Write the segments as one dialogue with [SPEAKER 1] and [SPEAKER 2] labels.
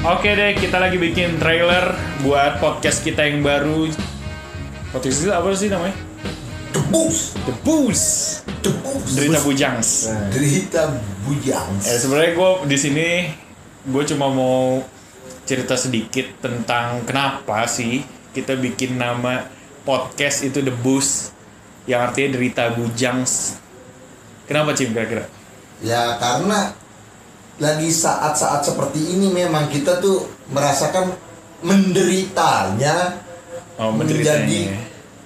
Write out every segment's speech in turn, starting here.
[SPEAKER 1] Oke deh, kita lagi bikin trailer buat podcast kita yang baru. Podcast itu apa sih namanya?
[SPEAKER 2] Debus,
[SPEAKER 1] The Boost.
[SPEAKER 2] debus.
[SPEAKER 1] Derita Bujangs.
[SPEAKER 2] Nah. Derita bujang.
[SPEAKER 1] Eh, sebenarnya gue di sini gue cuma mau cerita sedikit tentang kenapa sih kita bikin nama podcast itu The Boost yang artinya derita bujangs. Kenapa Cim kira-kira?
[SPEAKER 2] Ya karena lagi saat-saat seperti ini memang kita tuh merasakan menderitanya
[SPEAKER 1] Oh, menderitanya.
[SPEAKER 2] menjadi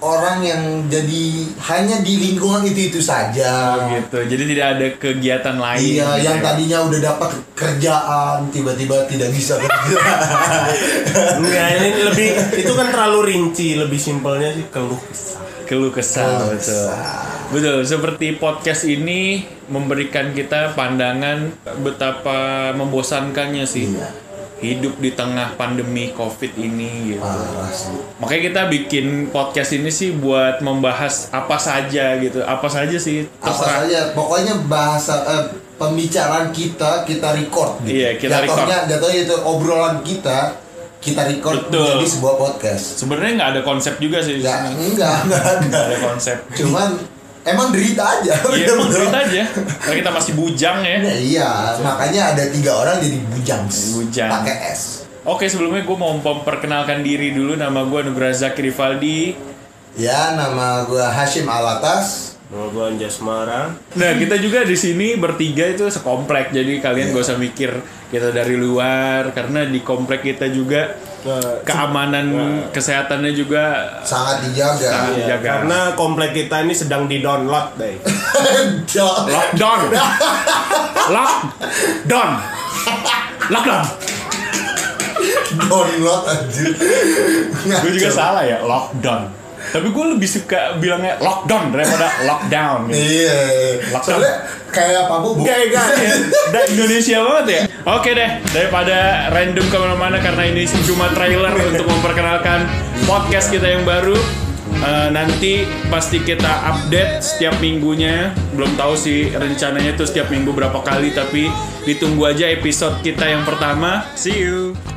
[SPEAKER 2] orang yang jadi hanya di lingkungan itu itu saja.
[SPEAKER 1] Oh, gitu. Jadi tidak ada kegiatan lain.
[SPEAKER 2] Iya,
[SPEAKER 1] gitu
[SPEAKER 2] yang
[SPEAKER 1] ya.
[SPEAKER 2] tadinya udah dapat kerjaan tiba-tiba tidak bisa kerja.
[SPEAKER 3] Enggak, ini lebih itu kan terlalu rinci, lebih simpelnya sih keluh kesah.
[SPEAKER 1] keluh kesah
[SPEAKER 2] Keluh
[SPEAKER 1] betul.
[SPEAKER 2] kesah.
[SPEAKER 1] Betul, seperti podcast ini memberikan kita pandangan betapa membosankannya sih
[SPEAKER 2] Iya.
[SPEAKER 1] hidup di tengah pandemi Covid ini gitu.
[SPEAKER 2] Parah sih.
[SPEAKER 1] Makanya kita bikin podcast ini sih buat membahas apa saja gitu. Apa saja sih
[SPEAKER 2] apa
[SPEAKER 1] terserah.
[SPEAKER 2] saja pokoknya bahasa eh, pembicaraan kita kita record gitu.
[SPEAKER 1] Iya, kita
[SPEAKER 2] jatuhnya jatuhnya itu obrolan kita kita record
[SPEAKER 1] Betul.
[SPEAKER 2] menjadi sebuah podcast
[SPEAKER 1] Sebenarnya nggak ada konsep juga sih di
[SPEAKER 2] nggak
[SPEAKER 1] sini.
[SPEAKER 2] enggak enggak ada
[SPEAKER 1] Nggak ada konsep.
[SPEAKER 2] cuman emang derita aja
[SPEAKER 1] Iya, emang cerita aja. Karena kita masih bujang ya.
[SPEAKER 2] Ya, Oh, iya makanya ada tiga orang jadi bujang
[SPEAKER 1] Bujang.
[SPEAKER 2] pakai s
[SPEAKER 1] Oke, sebelumnya gue mau memperkenalkan diri dulu. Nama gue Nugraha Zakir Rivaldi.
[SPEAKER 2] ya nama gua Hashim Alatas
[SPEAKER 3] Nama gue Anjas Mara.
[SPEAKER 1] Nah, kita juga di sini bertiga itu sekomplek. Jadi kalian gak usah mikir kita dari luar karena di komplek kita juga keamanan kesehatannya juga
[SPEAKER 2] sangat dijaga
[SPEAKER 1] Sangat.
[SPEAKER 3] Iya,
[SPEAKER 1] Dijaga.
[SPEAKER 3] karena komplek kita ini sedang di download deh.
[SPEAKER 2] Jok.
[SPEAKER 1] lockdown. lockdown. Lockdown.
[SPEAKER 2] download anjir
[SPEAKER 1] Gue juga salah ya, lockdown. Tapi gue lebih suka bilangnya lockdown daripada lockdown. gitu.
[SPEAKER 2] iya
[SPEAKER 1] Lockdown.
[SPEAKER 2] soalnya kayak apa bu
[SPEAKER 3] Gak, gak, ya.
[SPEAKER 1] Dan Indonesia banget ya. Oke deh, daripada random kemana-mana karena ini cuma trailer untuk memperkenalkan podcast kita yang baru. Eh, nanti pasti kita update setiap minggunya. Belum tahu sih rencananya tuh setiap minggu berapa kali, tapi ditunggu aja episode kita yang pertama. See you.